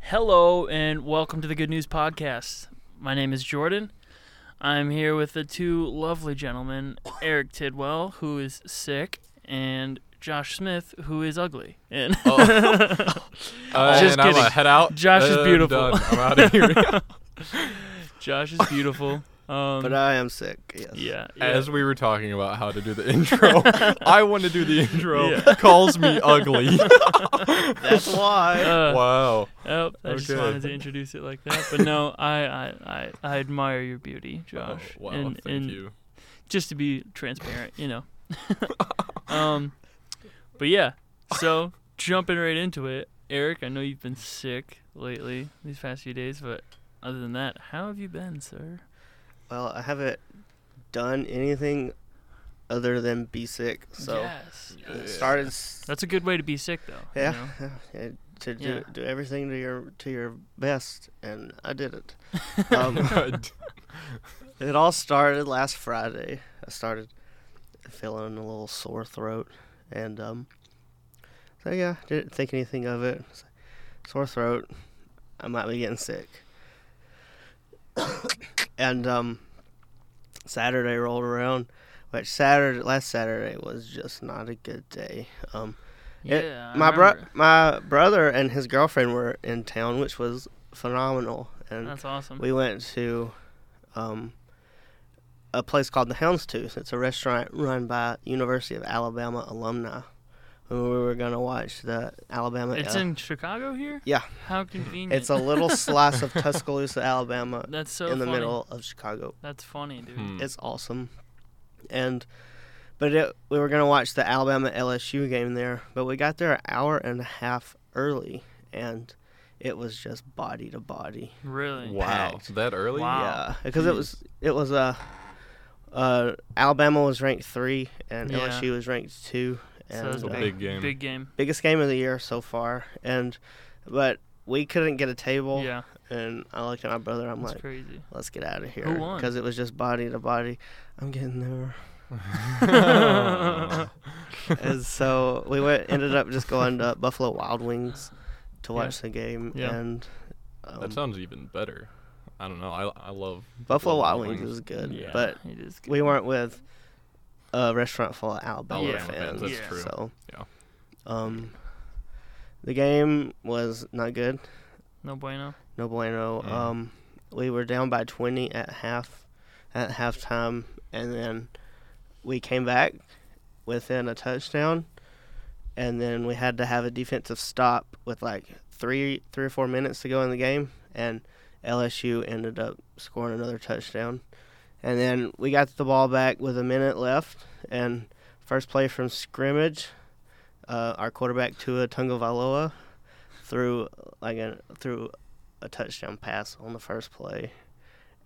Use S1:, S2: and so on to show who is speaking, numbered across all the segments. S1: Hello and welcome to the Good News Podcast. My name is Jordan. I'm here with the two lovely gentlemen, Eric Tidwell, who is sick, and Josh Smith, who is ugly. And
S2: Uh,
S1: Just
S2: and
S1: kidding.
S2: I'm head out.
S1: Josh is
S2: I'm
S1: beautiful.
S2: done. I'm out of here.
S1: Josh is beautiful. Um,
S3: But uh, I am sick. Yes.
S1: yeah, yeah.
S2: As we were talking about how to do the intro, I want to do the intro.
S1: Yeah.
S2: Calls me ugly.
S3: That's why.
S1: Uh,
S2: wow.
S1: oh, I just
S2: okay.
S1: wanted to introduce it like that, but no, I I, I, I admire your beauty,
S2: Oh,
S1: Josh.
S2: wow.
S1: and,
S2: thank
S1: and
S2: you.
S1: just to be transparent, you know. um, but yeah, so jumping right into it, Eric. I know you've been sick lately these past few days, but other than that, how have you been, sir?
S3: well, I haven't done anything other than be sick. So
S1: yes,
S2: Yeah.
S3: it started. s-
S1: that's a good way to be sick, though. you
S3: Yeah.
S1: know?
S3: yeah, To do,
S1: Yeah.
S3: do everything to your to your best, and I did it. Um, it all started last Friday. I started feeling a little sore throat, and um, so yeah, didn't think anything of it. It's like, Sore throat, I might be getting sick. and um, Saturday rolled around, which Saturday last Saturday was just not a good day. Um, It-
S1: yeah. I
S3: my bro-
S1: remember.
S3: my brother and his girlfriend were in town, which was phenomenal, and
S1: That's awesome.
S3: Mm. we went to um, a place called the Houndstooth. It's a restaurant run by University of Alabama alumni. And we were gonna watch the Alabama.
S1: it's
S3: uh,
S1: in Chicago here.
S3: Yeah.
S1: How convenient.
S3: It's a little slice of Tuscaloosa, Alabama,
S1: That's so
S3: in the
S1: funny. Mm.
S3: middle of Chicago.
S1: That's funny, dude.
S2: Hmm.
S3: It's awesome, and but it, we were gonna watch the Alabama LSU game there, but we got there an hour and a half early, and it was just body to body.
S1: Really.
S2: wow.
S3: packed.
S2: That early?
S1: Wow.
S3: Yeah, because it was it was uh, uh, Alabama was ranked three and
S1: Yeah.
S3: LSU was ranked two,
S1: So
S3: and
S1: it's
S2: a
S3: uh,
S2: big game.
S1: Big game.
S3: biggest game of the year so far. And but we couldn't get a table,
S1: yeah.
S3: and I looked at my brother. Oh, I'm
S1: That's
S3: like,
S1: crazy.
S3: let's get out of here,
S1: won?
S3: because it was just body to body. I'm getting there, and so we went. Ended up just going to Buffalo Wild Wings to
S1: Yeah.
S3: watch the game,
S1: Yeah.
S3: and um,
S2: that sounds even better. I don't know. I, I love
S3: Buffalo
S2: love
S3: Wild Wings is good,
S1: yeah.
S3: but
S1: it is good.
S3: we weren't with a restaurant full of Alabama
S1: Alabama
S3: fans.
S2: fans,
S1: that's Yeah.
S3: That's
S1: true.
S3: true. So,
S2: Yeah.
S3: um, the game was not good.
S1: No bueno.
S3: No bueno.
S2: Mm.
S3: Um, we were down by 20 at half, at halftime, and then we came back within a touchdown, and then we had to have a defensive stop with like three, three or four minutes to go in the game, and LSU ended up scoring another touchdown, and then we got the ball back with a minute left, and first play from scrimmage, uh, our quarterback Tua Tungavaloa threw like a threw a touchdown pass on the first play.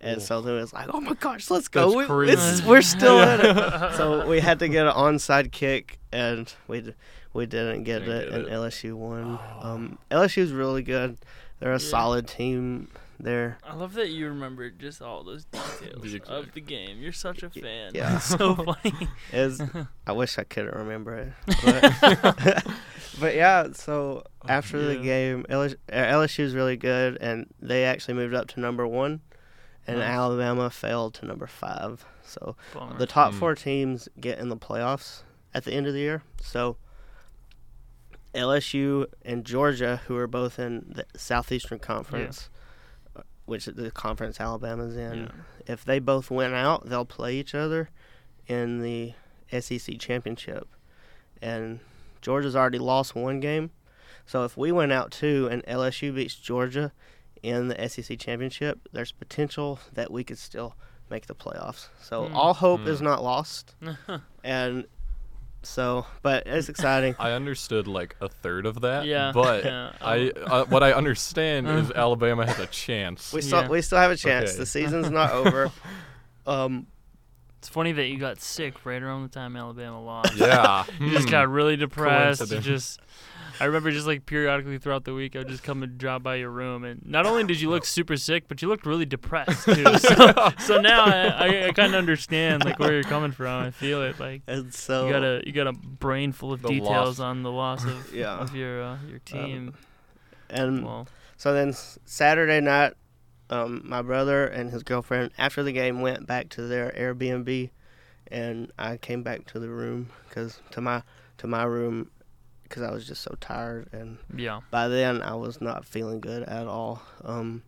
S3: And
S2: Oof.
S3: so then it was like, oh my gosh, let's go.
S2: That's
S3: We,
S2: crazy.
S3: it's- we're still in it. So we had to get an onside kick, and we d- we didn't get
S2: Didn't
S3: it,
S2: get
S3: and
S2: it. Oh.
S3: LSU won. Um, LSU is really good. They're a
S1: Yeah.
S3: solid team. They're
S1: I love that you remember just all those details
S2: The
S1: of
S2: exact-
S1: the game. You're such a fan.
S3: yeah.
S1: It's so funny.
S3: is I wish I couldn't remember it, but, but yeah. So after the
S1: Oh, Yeah.
S3: game, uh, LSU, LSU is really good, and they actually moved up to number one, and
S1: Nice.
S3: Alabama fell to number five. So
S1: Bummer.
S3: The top
S2: Mm.
S3: four teams get in the playoffs at the end of the year. So LSU and Georgia, who are both in the Southeastern Conference, uh, which the conference Alabama's in,
S1: Yeah.
S3: if they both win out, they'll play each other in the SEC championship. And Georgia's already lost one game. So if we win out two and LSU beats Georgia in the SEC championship, there's potential that we could still make the playoffs. So
S1: Hmm.
S3: all hope is
S2: Hmm.
S3: not lost. And so, but it's exciting.
S2: I understood like a third of that.
S1: Yeah,
S2: But
S1: yeah, Um, Uh-huh.
S2: I uh, what I understand is Alabama has a chance.
S3: We still
S1: Yeah.
S3: we still have a chance.
S2: Okay.
S3: The season's not over. um,
S1: it's funny that you got sick right around the time Alabama lost.
S2: yeah.
S1: You just
S2: Hmm.
S1: got really depressed. You
S2: Coincidence.
S1: just, I remember just like periodically throughout the week, I would just come and drop by your room, and not only did
S2: Oh.
S1: you look super sick, but you looked really depressed too. So, so now I, I, I kind of understand like where you're coming from. I feel it. Like
S3: and so
S1: you got a you got a brain full of
S2: The
S1: details
S2: loss.
S1: on the loss of
S3: Yeah. Uh, mm.
S1: of your uh, your team.
S3: and
S1: well,
S3: So then s- Saturday night, um, my brother and his girlfriend after the game went back to their Airbnb, and I came back to the room because to my to my room because I was just so tired and
S1: Yeah.
S3: by then I was not feeling good at all. Um,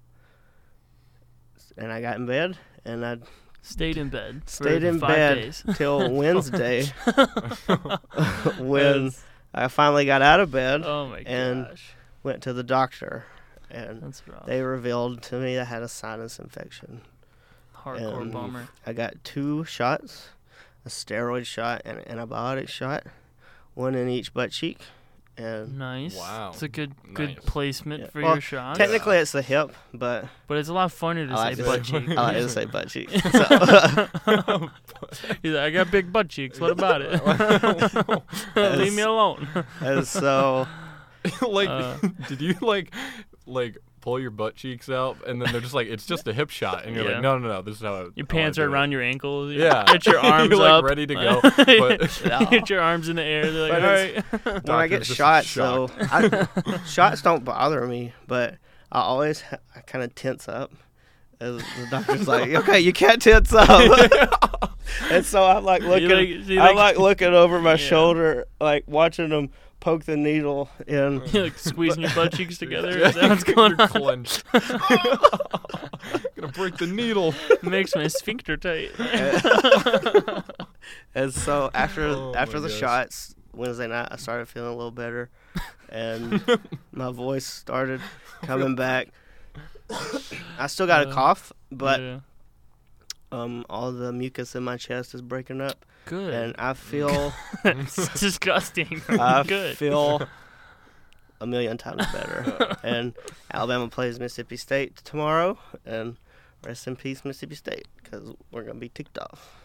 S3: and I got in bed and I
S1: Stayed in bed. for
S3: Stayed in
S1: five
S3: bed.
S1: Days.
S3: till Wednesday when I finally got out of bed,
S1: oh my
S3: and-
S1: gosh.
S3: went to the doctor, and
S1: That's rough.
S3: they revealed to me I had a sinus infection.
S1: Hardcore
S3: and-
S1: bummer.
S3: I got two shots, a steroid shot and an antibiotic shot, one in each butt cheek, and
S1: Nice.
S2: Wow.
S1: It's a good good
S2: Nice.
S1: placement
S3: Yeah.
S1: for
S3: Well,
S1: your shot.
S3: technically it's the hip, but
S1: but it's a lot funnier to
S3: I like
S1: say
S3: to
S1: butt
S2: say-
S1: cheek.
S3: I like to say butt cheek.
S1: He's like, I got big butt cheeks. What about it? Leave me alone.
S3: And so
S2: like,
S1: Uh.
S2: did you like, like pull your butt cheeks out, and then they're just like, it's just a hip shot, and you're
S1: Yeah.
S2: like, no, no, no, this is how. I- how I
S1: Your pants
S2: do
S1: are
S2: it."
S1: around your ankles. You
S2: Yeah.
S1: Get your
S2: You're,
S1: arms
S2: like,
S1: up.
S2: ready to go,
S1: you
S2: but-
S1: get your arms in the air. They're like,
S3: But
S1: all
S3: it's-
S1: right.
S3: when I get
S2: Doctor's just
S3: shots, though, I, shots don't bother me, but I always ha- I kind of tense up. As the doctor's like, okay, you can't tense up. and so I'm like
S1: You
S3: looking,
S1: like- you
S3: I'm
S1: like-
S3: like looking over my
S1: Yeah.
S3: shoulder, like watching them poke the needle in.
S1: You're like squeezing your butt cheeks together.
S2: Yeah,
S1: Is that what's
S2: you're
S1: going on?
S2: Clenched. Gonna break the needle.
S1: Makes my sphincter tight.
S3: And so after
S2: Oh
S3: after
S2: my
S3: the
S2: gosh.
S3: shots Wednesday night, I started feeling a little better, and my voice started coming back. I still got a
S1: Uh,
S3: cough, but
S1: Yeah.
S3: um, all the mucus in my chest is breaking up,
S1: good.
S3: and I feel
S1: It's disgusting.
S3: I
S1: Good.
S3: feel a million times better. and Alabama plays Mississippi State tomorrow, and rest in peace Mississippi State, because we're gonna be ticked off.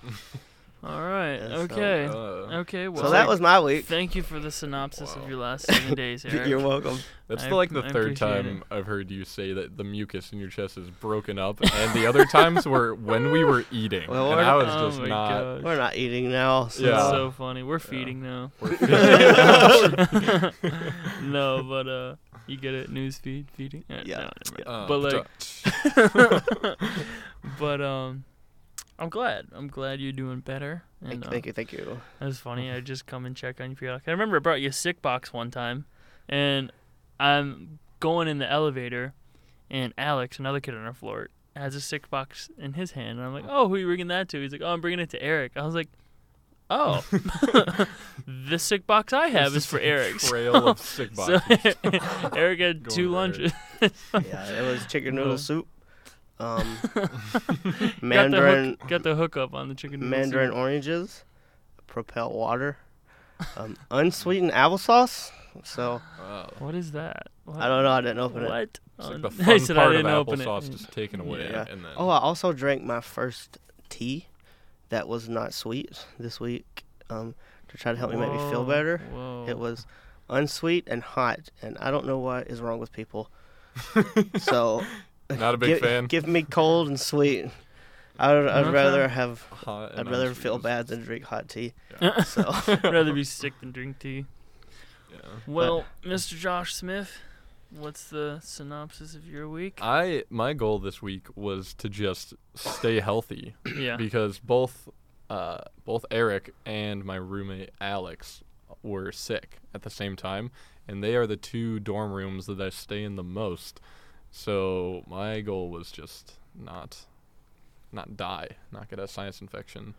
S1: All right.
S3: Yeah, so,
S1: Okay.
S2: Uh,
S1: okay. Well,
S3: so that was my week.
S1: Thank you for the synopsis
S2: Wow.
S1: of your last seven days, Eric.
S3: You're welcome.
S2: that's
S1: I-
S2: like the
S1: I
S2: third
S1: appreciate
S2: time I've heard you say that the mucus in your chest is broken up, and the other times were when we were eating,
S3: Well,
S2: and
S3: we're-
S2: I was
S1: oh
S2: just
S1: my
S2: not.
S1: gosh.
S3: We're not eating now. So uh,
S1: That's
S2: Yeah.
S1: so funny. We're feeding now.
S2: we're
S1: no, but uh, you get it. News feed feeding. Uh,
S3: Yeah.
S1: no,
S2: Uh,
S1: But, like-
S2: uh,
S1: but um, I'm glad. I'm glad you're doing better.
S3: Thank,
S1: And, uh,
S3: thank you, thank you.
S1: That was funny.
S2: Uh-huh.
S1: I just come and check on you. for your- I remember I brought you a sick box one time, and I'm going in the elevator, and Alex, another kid on our floor, has a sick box in his hand, and I'm like, "Oh, who are you bringing that to?" He's like, "Oh, I'm bringing it to Eric." I was like, "Oh, the sick box I have is
S2: just
S1: for
S2: a
S1: Eric's."
S2: trail of sick
S1: So
S2: boxes.
S1: Eric had
S2: Going
S1: two
S2: to
S1: lunches.
S3: yeah, it was chicken noodle
S1: Well.
S3: soup, um,
S1: Got the,
S3: mandarin
S1: hook, got the hookup on the chicken noodle
S3: mandarin
S1: soup.
S3: oranges, propel water, um, unsweetened applesauce. So
S2: Wow.
S1: What is that? What?
S3: I don't know. I didn't open it.
S1: What?
S2: It's like
S1: on-
S2: the
S1: Oh, I
S2: fun
S1: said
S2: part
S1: I didn't
S2: of
S1: open it.
S2: applesauce just taken away,
S3: Yeah.
S2: and then
S3: Oh, I also drank my first tea that was not sweet this week um, to try to help me make me feel
S1: Whoa,
S3: better.
S1: Whoa.
S3: It was unsweet and hot, and I don't know what is wrong with people. so,
S2: not a big
S3: give,
S2: fan.
S3: give me cold and sweet. I would, I'd
S1: Okay.
S3: rather have.
S2: Hot and
S3: I'd rather
S2: unsweet
S3: feel
S2: is-
S3: bad than drink hot tea.
S1: Yeah.
S3: So,
S1: rather be sick than drink tea.
S2: Yeah.
S1: Well, Mr. Josh Smith, what's the synopsis of your week?
S2: I my goal this week was to just stay healthy
S1: yeah.
S2: because both uh, both Eric and my roommate Alex were sick at the same time, and they are the two dorm rooms that I stay in the most. So my goal was just not not die, not get a sinus infection,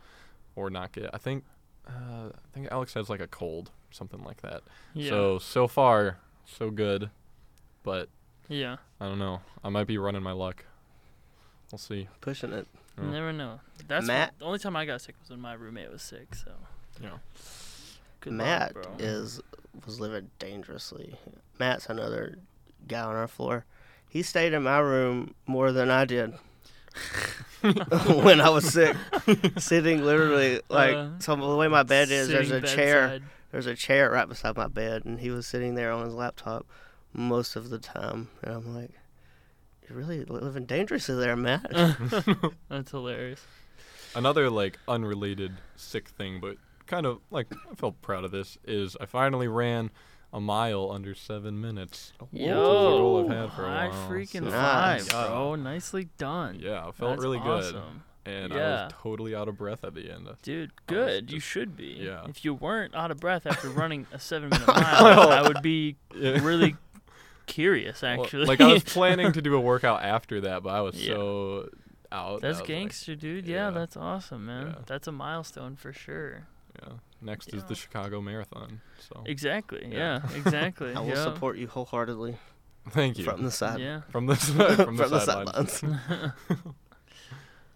S2: or not get. I think uh, I think Alex has like a cold, something like that.
S1: Yeah.
S2: So so far so good, but
S1: yeah.
S2: I don't know. I might be running my luck. We'll see.
S3: pushing it.
S1: You
S2: Oh.
S1: never know. That's
S3: Matt-
S1: the only time I got sick was when my roommate was sick, so
S2: Yeah.
S1: good
S3: Matt
S1: luck, bro.
S3: is was living dangerously. Matt's another guy on our floor. He stayed in my room more than I did when I was sick. sitting literally like
S1: Uh,
S3: so the way my bed is there's a
S1: Sitting
S3: chair
S1: bedside.
S3: there's a chair right beside my bed and he was sitting there on his laptop most of the time and I'm like you're really living dangerously there, Matt.
S1: That's hilarious.
S2: Another like unrelated sick thing, but kind of like I felt proud of this is I finally ran a mile under seven minutes. Which is a goal
S1: Yo,
S2: I've had for a
S1: high
S2: while,
S1: freaking
S2: so-
S1: five,
S3: Nice.
S1: bro. Nicely done.
S2: Yeah, it felt
S1: That's
S2: really good,
S1: awesome.
S2: and I
S1: Yeah.
S2: was totally out of breath at the end.
S1: Dude,
S2: I was
S1: good. you
S2: just-
S1: should be.
S2: yeah.
S1: If you weren't out of breath after running a seven minute mile, I would be
S2: Yeah.
S1: really curious,
S2: Well,
S1: actually.
S2: like I was planning to do a workout after that, but I was
S1: Yeah.
S2: so out.
S1: that's
S2: I was like,
S1: gangster, dude. Yeah,
S2: yeah.
S1: that's awesome, man.
S2: Yeah.
S1: That's a milestone for sure.
S2: yeah. Next is
S1: Yeah.
S2: the Chicago Marathon. So
S1: Exactly. Yeah,
S2: Oh. Yeah.
S1: exactly.
S3: I will
S1: yeah.
S3: support you wholeheartedly
S2: thank you
S3: from the side.
S1: Yeah.
S2: from the side- from the, sidelines.
S3: sidelines.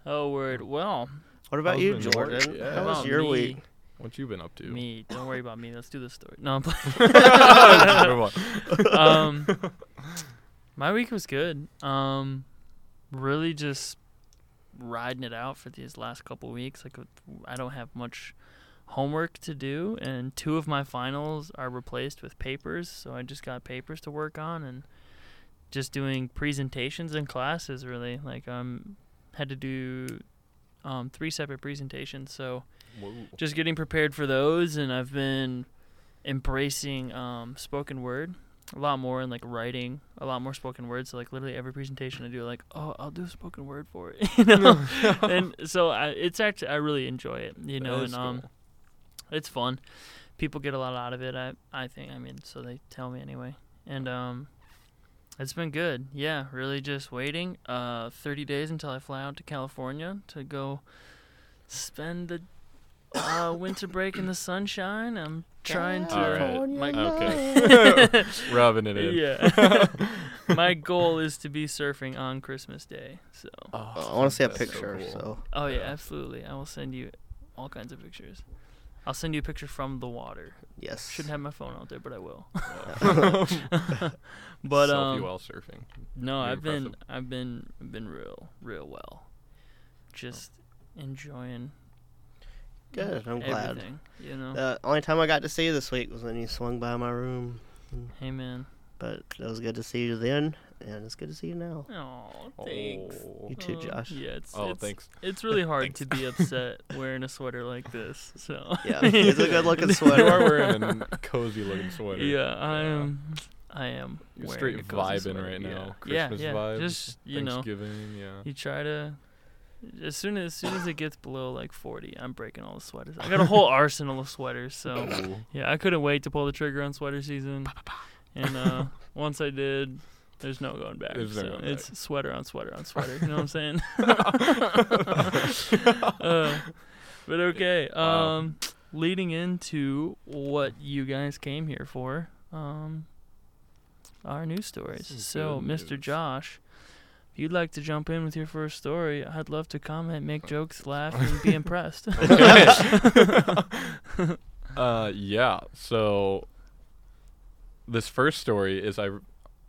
S1: oh, word. Well,
S3: What about
S2: How's
S3: you,
S2: been your-
S3: Jordan?
S2: yeah.
S3: How
S1: how
S3: was
S1: about
S3: your
S1: me,
S3: week?
S2: What you been up to?
S1: Me. Don't worry about me. Let's do this story. No, I'm playing.
S2: Move on.
S1: um, my week was good. Um, really just riding it out for these last couple weeks. Like, I don't have much homework to do, and two of my finals are replaced with papers, so I just got papers to work on and just doing presentations and classes. Really, like, um, had to do um three separate presentations, so
S2: Whoa.
S1: just getting prepared for those and i've been embracing um, spoken word a lot more and like writing a lot more spoken word so like literally every presentation i do like oh i'll do a spoken word for it you know and so I, it's actually i really enjoy it you
S2: That
S1: know
S2: is
S1: and um
S2: cool.
S1: it's fun people get a lot out of it i i think i mean so they tell me anyway and um it's been good yeah really just waiting uh 30 days until i fly out to california to go spend the uh, winter break in the sunshine i'm trying to
S2: Alright,
S1: my,
S2: okay. rubbing it in.
S1: yeah my goal is to be surfing on christmas day so
S3: I want to see a
S2: Oh, that's
S3: picture. So,
S2: cool.
S1: oh yeah
S2: Yeah.
S1: absolutely i will send you all kinds of pictures i'll send you a picture from the water
S3: yes.
S1: shouldn't have my phone out there, but I will.
S2: Yeah.
S1: but
S2: Selfie
S1: um,
S2: while surfing.
S1: no,
S2: You're
S1: I've been
S2: impressive.
S1: I've been been real real well, just enjoying
S3: Good. I'm glad. Uh,
S1: everything. You know,
S3: The only time I got to see you this week was when you swung by my room.
S1: hey man,
S3: But it was good to see you then, and it's good to see you now.
S1: oh thanks.
S2: Oh,
S3: You too,
S1: Uh,
S3: Josh.
S1: yeah, it's
S2: Oh,
S1: it's,
S2: thanks.
S1: it's really hard to be upset wearing a sweater like this. So
S3: Yeah, it's a good looking
S2: You
S3: sweater.
S2: are wearing a cozy looking sweater.
S1: Yeah, I am. I am.
S2: You're
S1: wearing
S2: straight
S1: a cozy
S2: vibing
S1: sweater,
S2: right
S1: yeah.
S2: now.
S1: Yeah,
S2: Christmas
S1: yeah,
S2: vibes.
S1: Just you know,
S2: Thanksgiving, yeah.
S1: You try to as soon as, as soon as it gets below like 40, I'm breaking all the sweaters. I got a whole arsenal of sweaters, so
S2: Cool.
S1: yeah, I couldn't wait to pull the trigger on sweater season. And uh, once I did, there's no going back.
S2: There's no
S1: so
S2: going back.
S1: it's sweater on sweater on sweater. You know what I'm saying? uh, but okay.
S2: Wow.
S1: Um, leading into what you guys came here for, um, our news stories.
S2: This is
S1: So,
S2: good
S1: Mr.
S2: news.
S1: Josh, if you'd like to jump in with your first story, I'd love to comment,
S2: Uh,
S1: make jokes, laugh, and be impressed.
S2: Okay. uh, yeah. So this first story is I, r-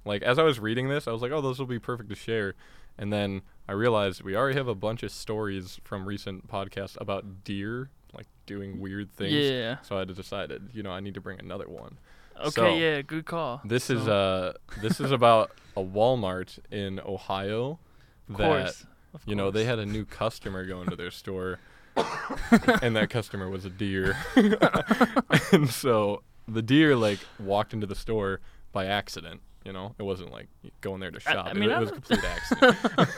S2: like, as I was reading this, I was like, oh, those will be perfect to share, and then I realized we already have a bunch of stories from recent podcasts about deer, like doing weird things.
S1: Yeah.
S2: So I decided, you know, I need to bring another one.
S1: Okay.
S2: So,
S1: yeah. Good call.
S2: This is
S1: So,
S2: uh this is about a Walmart in Ohio
S1: of
S2: that
S1: course, of
S2: you know they
S1: course.
S2: had a new customer go into their store and that customer was a deer. and so the deer like walked into the store by accident, you know. It wasn't like going there to
S1: I- I
S2: shop. It
S1: mean,
S2: wa-
S1: I
S2: it, was a
S1: don't-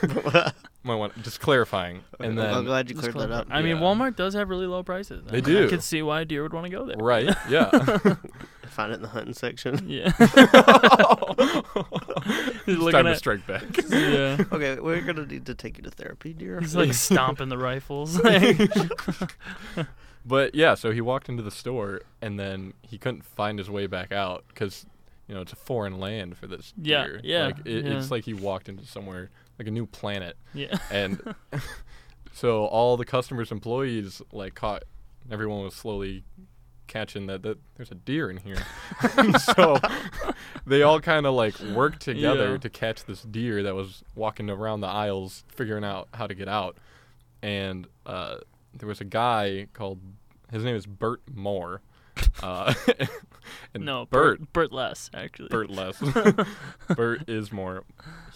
S2: complete accident. My one, just clarifying. And
S3: I'm
S2: then
S3: glad you
S1: Just
S3: cleared that
S1: clarify.
S3: up.
S1: I mean,
S2: Yeah.
S1: Walmart does have really low prices. I
S2: They
S1: mean, I
S2: do.
S1: could see why a deer would want to go there.
S2: right, yeah.
S3: Find it in the hunting section.
S1: Yeah. He's
S2: it's
S1: looking
S2: time to
S1: at.
S2: strike back.
S1: yeah.
S3: Okay, we're gonna need to take you to therapy, dear.
S1: He's like stomping the rifles. like,
S2: But yeah, so he walked into the store and then he couldn't find his way back out because you know it's a foreign land for this
S1: Yeah,
S2: deer.
S1: yeah,
S2: like it,
S1: yeah.
S2: it's like he walked into somewhere like a new planet,
S1: yeah.
S2: and so all the customers' employees like caught everyone was slowly catching that, that there's a deer in here, so they all kind of like worked together
S1: Yeah.
S2: to catch this deer that was walking around the aisles figuring out how to get out, and uh, there was a guy called his name is Bert Moore. Uh, and
S1: No,
S2: Bert
S1: Bert. Bert less actually.
S2: Bert Less. Bert is more.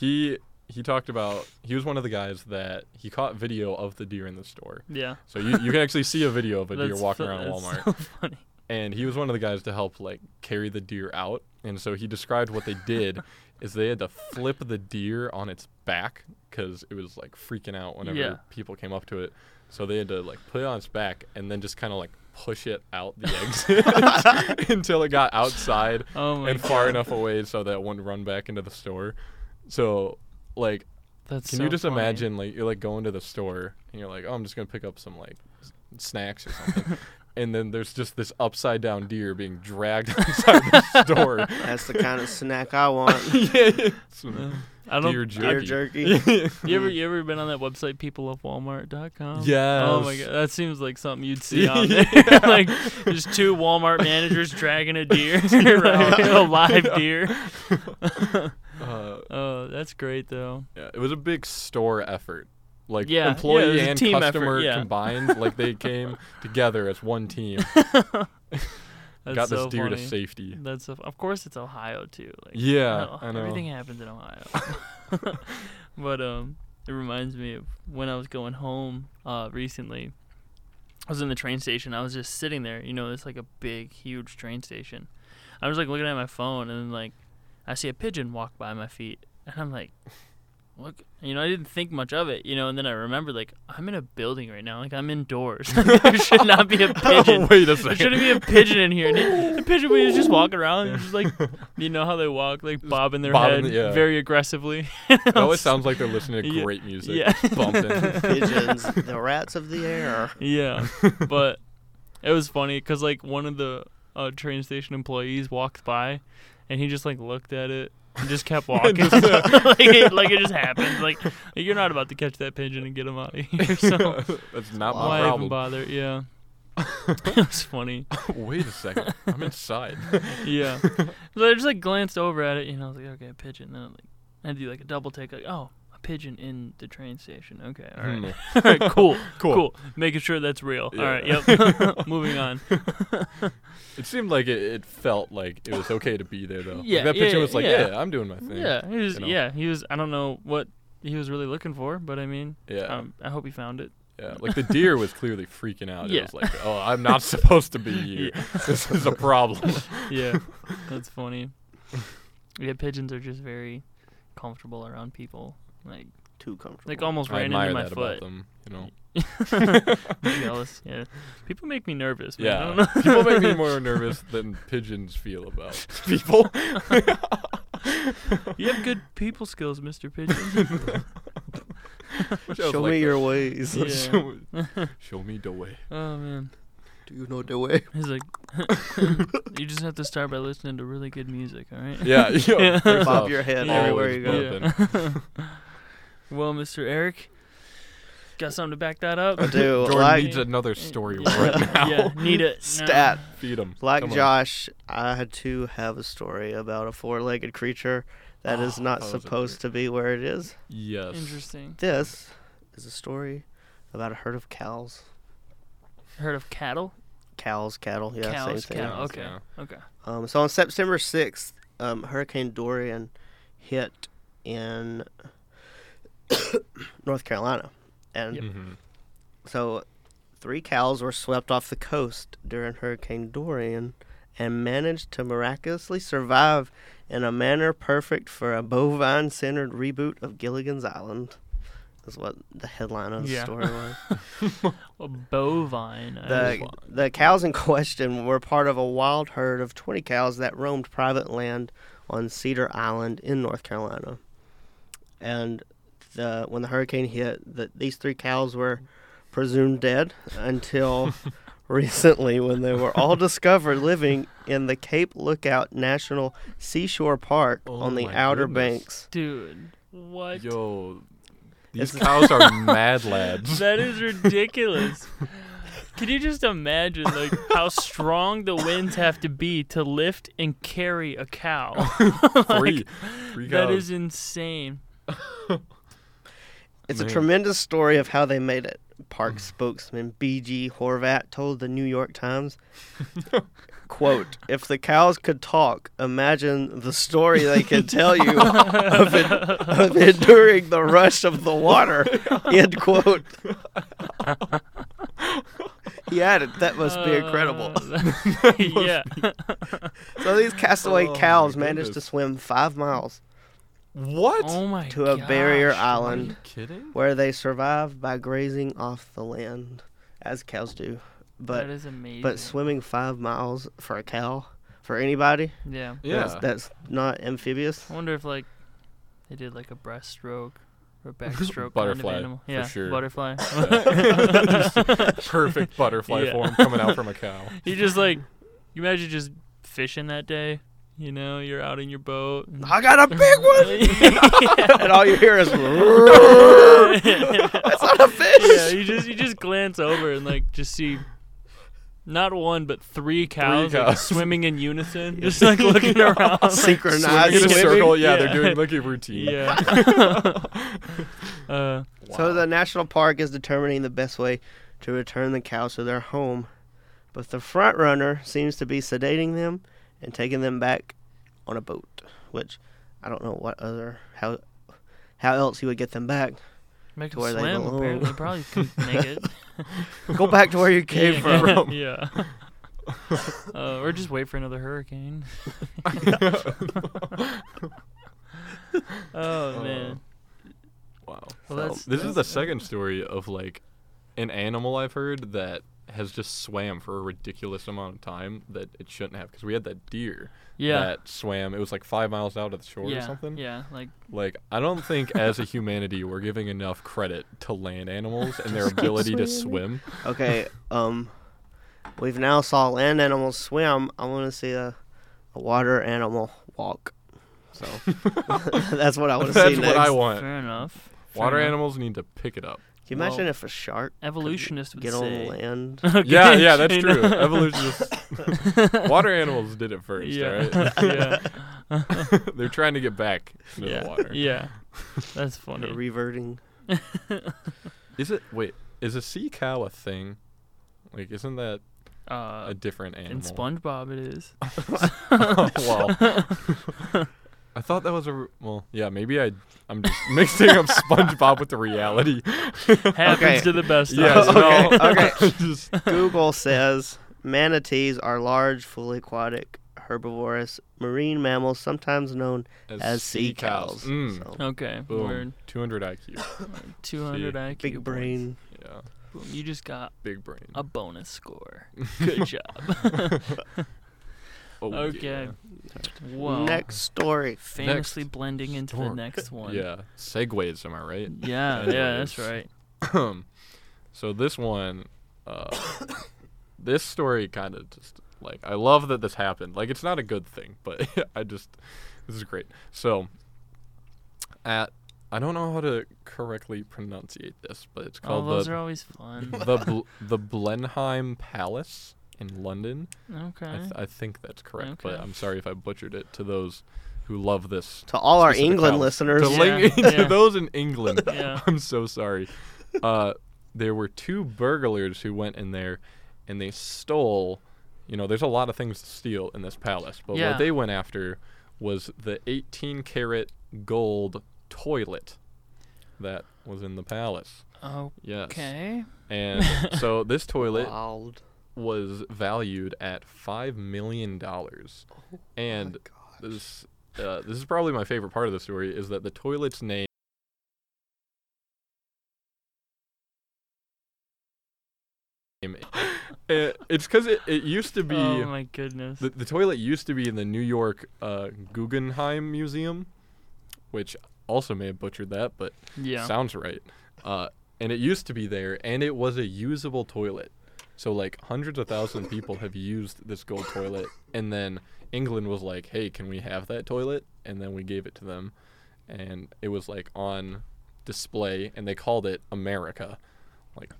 S2: He he talked about he was one of the guys that he caught video of the deer in the store.
S1: Yeah.
S2: So you, you can actually see a video of a deer
S1: That's
S2: walking
S1: fu-
S2: around
S1: that's
S2: Walmart.
S1: So funny.
S2: and he was one of the guys to help like carry the deer out. And so he described what they did is they had to flip the deer on its back because it was like freaking out whenever
S1: Yeah.
S2: people came up to it. So they had to like put it on its back and then just kind of like push it out the exit until it got outside
S1: Oh my
S2: and
S1: god.
S2: far enough away so that it wouldn't run back into the store. So like
S1: That's
S2: can
S1: so
S2: you just
S1: funny.
S2: imagine like you're like going to the store and you're like, oh, I'm just gonna pick up some like s- snacks or something, and then there's just this upside down deer being dragged outside the store.
S3: That's the kind of snack I want.
S2: yeah, it's
S1: I don't
S2: deer
S3: Deer
S2: jerky.
S3: jerky.
S1: You ever you ever been on that website peopleofwalmart.com?
S2: Yes.
S1: Oh my god, that seems like something you'd see on there. like just two Walmart managers dragging a deer, like, a live deer.
S2: Uh,
S1: Oh, that's great though.
S2: yeah, it was a big store effort. Like
S1: Yeah, yeah, it
S2: employee
S1: was a
S2: and
S1: team effort,
S2: customer
S1: yeah.
S2: combined, like they came together as one team,
S1: That's
S2: got this
S1: so
S2: deer
S1: funny.
S2: to safety.
S1: That's so, of course it's Ohio too. Like
S2: Yeah, I know.
S1: everything happens in Ohio. but um, it reminds me of when I was going home uh, recently. I was in the train station. I was just sitting there. You know, it's like a big, huge train station. I was like looking at my phone, and then like I see a pigeon walk by my feet, and I'm like, look, you know, I didn't think much of it, you know, and then I remembered like I'm in a building right now, like I'm indoors. there should not
S2: Oh,
S1: be a pigeon.
S2: Wait a
S1: There
S2: second.
S1: shouldn't be a pigeon in here. The pigeon was just walking around, just like you know how they walk, like bobbing their
S2: bobbing
S1: head
S2: the- yeah.
S1: very aggressively.
S2: It always sounds like they're listening to
S1: Yeah.
S2: great music.
S1: Yeah.
S2: just bumping.
S3: Pigeons, the rats of the air.
S1: yeah, but it was funny because like one of the uh, train station employees walked by, and he just like looked at it and just kept walking,
S2: just, uh,
S1: like it, like it just happened. Like you're not about to catch that pigeon and get him out of here, so
S2: That's not
S1: why
S2: my
S1: even
S2: problem.
S1: bother? Yeah, it was funny.
S2: Wait a second. I'm inside.
S1: yeah. So I just like glanced over at it, you know, I was like, okay, a pigeon. Then I like I do like a double take, like, oh, a pigeon in the train station. Okay, all right, all right, cool, Hmm. cool,
S2: Cool.
S1: Making sure that's real. All right,
S2: Yeah.
S1: yep. Moving on.
S2: It seemed like it, it felt like it was okay to be there though. Like,
S1: Yeah,
S2: that picture
S1: yeah,
S2: was like,
S1: yeah.
S2: yeah. I'm doing my thing.
S1: Yeah, he was.
S2: you know.
S1: Yeah, he was. I don't know what he was really looking for, but I mean,
S2: Yeah.
S1: um, I hope he found it.
S2: yeah. Like the deer was clearly freaking out.
S1: Yeah.
S2: It was like, oh, I'm not supposed to be here. This is a problem.
S1: Yeah, that's funny. Yeah, pigeons are just very comfortable around people. Like,
S3: Too comfortable.
S1: like almost
S2: I
S1: ran
S2: admire
S1: into my
S2: that about
S1: foot.
S2: them. You know.
S1: Jealous. Yeah, people make me nervous. Man. I don't
S2: Yeah.
S1: know.
S2: people make me more nervous than pigeons feel about people.
S1: You have good people skills, Mr. Pigeon.
S2: Shows
S3: Show
S2: like
S3: me
S2: that.
S3: your ways.
S1: Yeah.
S2: show, show me the way.
S1: oh man,
S3: Do you know the way?
S1: he's like, you just have to start by listening to really good music, all right?
S2: Yeah, yo,
S1: Yeah.
S2: first
S3: Bob
S2: off,
S3: your head
S1: Yeah.
S3: everywhere you go.
S2: Always
S1: Yeah. well, Mr. Eric, got something to back that up?
S3: I do.
S2: Jordan
S3: like
S2: needs another story
S1: Yeah.
S2: right now.
S1: Yeah, need it now.
S3: stat.
S2: Feed him.
S3: Like Josh, I had to have a story about a four-legged creature that is
S2: Oh,
S3: not
S2: that was a
S3: supposed
S2: weird-
S3: to be where it is.
S2: Yes.
S1: Interesting.
S3: This is a story about a herd of cows.
S1: Heard of cattle?
S3: Cows, cattle, yeah,
S1: Cows,
S3: same thing.
S1: cattle.
S2: Yeah,
S1: Okay.
S2: yeah.
S1: Okay.
S3: Um, so on September 6th, um, Hurricane Dorian hit in North Carolina. And
S2: Mhm.
S3: so three cows were swept off the coast during Hurricane Dorian and managed to miraculously survive in a manner perfect for a bovine centered reboot of Gilligan's Island. Is what the headline of the
S1: Yeah.
S3: story was.
S1: Well, bovine. I
S3: The,
S1: was-
S3: the cows in question were part of a wild herd of 20 cows that roamed private land on Cedar Island in North Carolina. And the, when the hurricane hit, the, these three cows were presumed dead until recently when they were all discovered living in the Cape Lookout National Seashore Park
S2: Oh
S3: on the
S2: my
S3: Outer
S2: goodness.
S3: Banks.
S1: Dude, what?
S2: Yo, these
S3: It's-
S2: cows are mad lads.
S1: That is ridiculous. Can you just imagine like how strong the winds have to be to lift and carry a cow?
S2: Free. Free cows.
S1: That is insane.
S3: It's a
S2: Man. Mm.
S3: tremendous story of how they made it. Park spokesman B.G. Horvat told the New York Times, "Quote: If the cows could talk, imagine the story they could tell you of, en- of enduring the rush of the water." End quote. Yeah, th- that must be incredible.
S1: Uh, yeah.
S3: So these castaway
S2: Oh, my
S3: cows managed to
S2: goodness.
S3: swim five miles
S2: What?
S1: oh my
S3: to a barrier
S1: gosh.
S2: Are you
S3: island
S2: kidding?
S3: where they survived by grazing off the land, as cows do.
S1: that
S3: But
S1: is amazing.
S3: but swimming five miles for a cow, for anybody,
S1: yeah.
S2: Yeah.
S3: that's, that's not amphibious.
S1: I wonder if like they did like a breaststroke or a backstroke
S2: Butterfly,
S1: kind of animal.
S2: for
S1: Yeah,
S2: sure.
S1: butterfly.
S2: Perfect butterfly
S1: Yeah.
S2: form coming out from a cow.
S1: you just like you imagine just fishing that day. You know, you're out in your boat. and-
S3: I got a big one, and all you hear is.
S1: yeah,
S3: That's not a fish.
S1: you just you just glance over and like just see not one but three cows, like,
S2: cows.
S1: swimming in unison, just like looking around,
S3: Synchronized
S2: Swimming in a
S3: swimming?
S2: circle. Yeah,
S1: Yeah.
S2: they're doing like a routine.
S1: Yeah. uh,
S3: So
S2: Wow.
S3: the national park is determining the best way to return the cows to their home, but the front runner seems to be sedating them and taking them back on a boat, which I don't know what other how how else he would get them back.
S1: make
S3: where
S1: them
S3: they
S1: swim.
S3: belong.
S1: Apparently, probably couldn't make it.
S3: Go back to where you came
S1: yeah.
S3: from.
S1: yeah. uh, or just wait for another hurricane. oh
S2: Uh,
S1: man.
S2: wow.
S1: Well, that's,
S2: This is the
S1: that's-
S2: second story of like an animal I've heard that has just swam for a ridiculous amount of time that it shouldn't have because we had that deer
S1: Yeah.
S2: that swam. It was like five miles out of the shore
S1: yeah.
S2: or something.
S1: Yeah. Like
S2: Like I don't think as a humanity we're giving enough credit to land animals and their ability to swim.
S3: Okay, um, we've now saw land animals swim. I want to see a, a water animal walk. So that's what I want to see
S2: That's what
S3: next.
S2: I want.
S1: fair enough. Fair
S2: Water
S1: enough.
S2: animals need to pick it up.
S3: Can you imagine
S1: Well,
S3: if a shark
S1: Evolutionists would
S3: get
S1: say.
S3: on land?
S1: Okay,
S2: Yeah, yeah, that's
S1: you
S2: true.
S1: know?
S2: Evolutionists. water animals did it first,
S1: yeah. yeah.
S2: right? They're trying to get back into
S1: yeah.
S2: the water.
S1: Yeah. That's
S3: Kinda
S1: funny.
S3: reverting.
S2: Is it wait, is a sea cow a thing? Like isn't that
S1: Uh,
S2: a different animal? Oh,
S1: in SpongeBob, it is.
S2: well, I thought that was a r- well, yeah, maybe I I'm just mixing up SpongeBob with the reality.
S1: Happens
S3: Okay.
S1: to the best. of
S2: Yeah,
S1: us.
S2: no.
S3: okay,
S2: just,
S3: Google says manatees are large, fully aquatic, herbivorous marine mammals, sometimes known
S2: as,
S3: as sea cows.
S2: Mm,
S3: So,
S1: Okay.
S2: boom,
S1: We're
S2: 200 IQ.
S1: 200 IQ.
S3: big
S1: points.
S3: brain.
S2: Yeah,
S1: Boom, You just got
S2: big brain.
S1: a bonus score. Good job.
S2: Oh,
S1: Okay.
S2: yeah.
S1: Well,
S3: Next story.
S1: famously blending into the
S2: story.
S1: next one.
S2: Yeah, segues, am I right?
S1: Yeah,
S2: Anyways.
S1: yeah, that's right.
S2: so this one, uh, this story kind of just like I love that this happened. Like it's not a good thing, but I just this is great. So at I don't know how to correctly pronunciate this, but it's
S1: Oh,
S2: called
S1: those are
S2: the
S1: always fun.
S2: the Bl- the Blenheim Palace in London. I,
S1: Okay.
S2: th- I think that's correct, but
S1: Okay.
S2: I'm sorry if I butchered it. To those who love this
S3: To all our
S2: Specific
S3: England
S2: cows.
S3: listeners,
S2: to,
S1: Yeah,
S2: ling-
S1: yeah.
S2: to those in England.
S1: Yeah.
S2: I'm so sorry. Uh, there were two burglars who went in there and they stole. You know, there's a lot of things to steal in this palace, but
S1: Yeah.
S2: what they went after was the 18 karat gold toilet that was in the palace.
S3: Oh,
S2: Yes.
S1: Okay.
S2: And so this toilet
S3: wild. Oh
S2: was valued at $5 million. And
S3: God.
S2: this uh, this is probably my favorite part of the story is that the toilet's name Uh, it's because it, it used to be
S1: Oh my goodness.
S2: the, the toilet used to be in the new york uh, guggenheim museum which also may have butchered that but
S1: yeah.
S2: sounds right uh, and it used to be there and it was a usable toilet so like hundreds of thousands of people have used this gold toilet and then england was like hey can we have that toilet and then we gave it to them and it was like on display and they called it america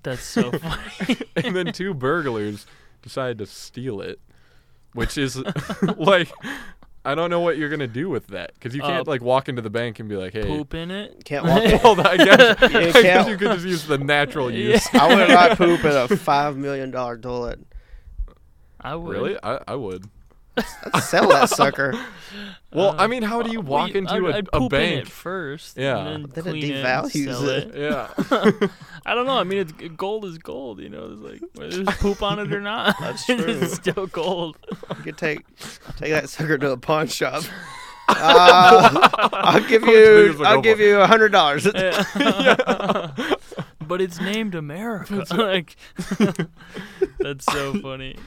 S1: That's so funny.
S2: and then two burglars decided to steal it which is like i don't know what you're gonna do with that because you
S1: Uh,
S2: can't like walk into the bank and be like hey
S1: Poop in it.
S3: Can't walk.
S2: well, I guess,
S3: You
S2: I guess
S3: can't-
S2: you could just use the natural
S1: Yeah.
S2: use.
S3: I would not poop in a five million dollar toilet.
S1: I would.
S2: Really? I, I would.
S3: I'd sell that sucker.
S2: Well, I
S1: Uh,
S2: mean, how do you
S1: well,
S2: walk
S1: you-
S2: into a
S1: I'd, I'd
S2: a
S1: poop in
S2: bank?
S1: it first.
S2: Yeah.
S1: And then,
S3: Then it
S1: clean it
S3: devalues
S1: sell
S3: it.
S1: it.
S2: Yeah.
S1: I don't know. I mean, it's g- gold is gold. You know, it's like whether there's poop on it or not,
S3: That's
S1: it's still gold.
S3: You could take take that sucker to a pawn shop. Uh, I'll give
S2: How much bigger
S3: you
S2: is the
S3: I'll
S2: gold
S3: give
S2: bar?
S3: you a hundred dollars.
S1: but it's named America. like, that's so funny.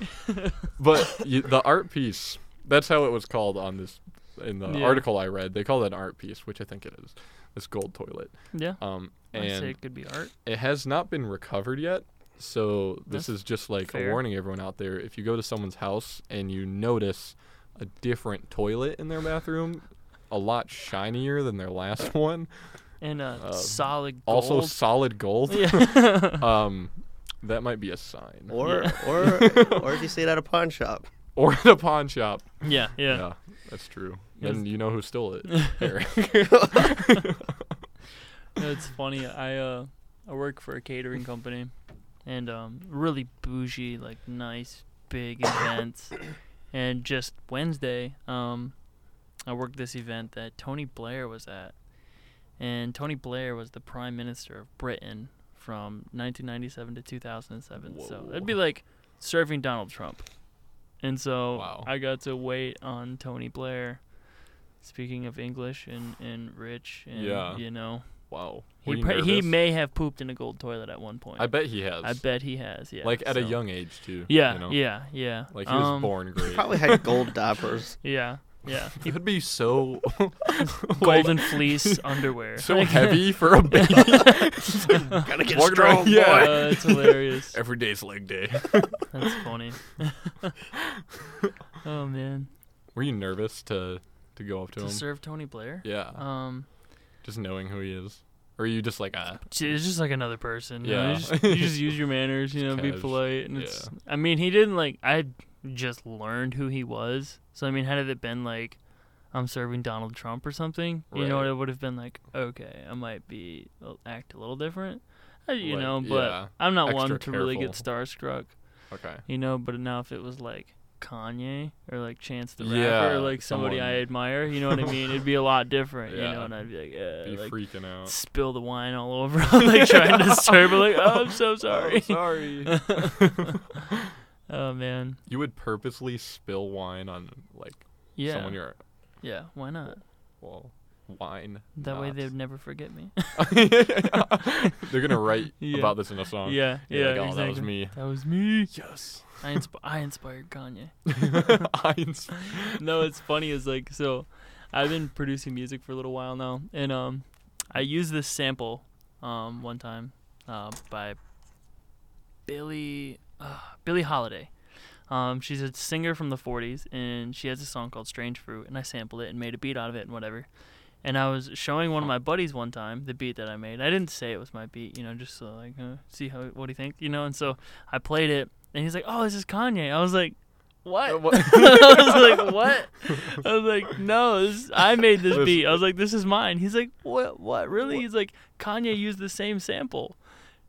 S2: but you, the art piece that's how it was called on this in the
S1: Yeah.
S2: article i read they call it an art piece which i think it is this gold toilet
S1: Yeah,
S2: um
S1: I say
S2: and
S1: it could be art.
S2: it has not been recovered yet so this
S1: That's
S2: is just like
S1: fair.
S2: a warning everyone out there if you go to someone's house and you notice a different toilet in their bathroom a lot shinier than their last one
S1: And uh,
S2: Um,
S1: solid gold.
S2: also solid gold
S1: yeah.
S2: um that might be a sign
S3: Or
S1: Yeah.
S3: or or if you see it at a pawn shop.
S2: or at a pawn shop
S1: yeah,
S2: yeah,
S1: yeah,
S2: that's true
S1: Yes.
S2: then you know who stole it Eric.
S1: No, It's funny. I uh, I work for a catering company, and um, really bougie, like nice big events. and just Wednesday, um, I worked this event that Tony Blair was at, and Tony Blair was the Prime Minister of Britain from 1997 to 2007. So it'd be
S2: Whoa.
S1: like serving Donald Trump. And so
S2: Wow.
S1: I got to wait on Tony Blair. Speaking of English and, and rich and
S2: Yeah.
S1: you know
S2: Wow. Were
S1: he,
S2: you
S1: pr- he
S2: nervous?
S1: may have pooped in a gold toilet at one point.
S2: I bet he has.
S1: I bet he has. Yeah.
S2: Like at a
S1: so-
S2: young age too.
S1: Yeah.
S2: You know?
S1: Yeah. Yeah.
S2: Like he was
S1: Um,
S2: born great.
S3: Probably had gold diapers.
S1: Yeah. Yeah.
S2: He would be so like,
S1: Golden fleece underwear.
S2: so
S1: Like,
S2: heavy for a baby.
S3: Gotta get
S2: Walking
S3: strong,
S2: around-
S3: boy.
S2: yeah.
S1: uh, it's hilarious.
S2: Every day's leg day.
S1: That's funny. oh man.
S2: Were you nervous to to go up to,
S1: To
S2: him?
S1: serve Tony Blair.
S2: yeah.
S1: Um,
S2: just knowing who he is. Or are you just like ah?
S1: j- it's just like another person. you know,
S2: Yeah.
S1: You just, you just use your manners. You know,
S2: Just
S1: be
S2: cash.
S1: polite. And it's. I mean, he didn't like. I just learned who he was. So I mean, had it been like, I'm serving Donald Trump or something, you know,
S2: Right.
S1: it would have been like, okay, I might be uh, act a little different. Uh, You
S2: Right,
S1: know, but
S2: yeah.
S1: I'm not one to
S2: Extra
S1: really get
S2: careful.
S1: starstruck.
S2: Okay.
S1: You know, but now if it was like Kanye or like Chance the Rapper
S2: Yeah,
S1: or like somebody I
S2: someone-
S1: admire, you know what I mean? It'd be a lot different, you know,
S2: Yeah.
S1: and I'd be like, uh,
S2: Be
S1: like
S2: freaking out.
S1: spill the wine all over, like trying to disturb, her, like, oh, I'm so
S2: Oh,
S1: sorry.
S2: sorry.
S1: oh man,
S2: you would purposely spill wine on like
S1: yeah,
S2: someone you're
S1: yeah. Why not?
S2: well wine.
S1: That way
S2: not.
S1: they'd never forget me.
S2: They're gonna write
S1: Yeah.
S2: about this in a song.
S1: yeah,
S2: You're
S1: yeah,
S2: like, oh,
S1: exactly.
S2: that was me.
S1: That was me.
S2: Yes.
S1: I, insp- I inspired Kanye.
S2: Eins.
S1: no, it's funny. Is like so, I've been producing music for a little while now, and um, I used this sample, um, one time, uh, by Billy uh, Billie Holiday. Um, she's a singer from the '40s, and she has a song called "Strange Fruit," and I sampled it and made a beat out of it and whatever. And I was showing one of my buddies one time the beat that I made. I didn't say it was my beat, you know, just so like uh, see how what do you think, you know. And so I played it, and he's like, "Oh, this is Kanye." I was like,
S2: Uh,
S1: "What?"
S2: what-
S1: I was like, "What?" I was like, "No, this, I made this
S2: Listen.
S1: beat." I was like, "This is mine." He's like, "What? What? Really?" He's like, "Kanye used the same sample,"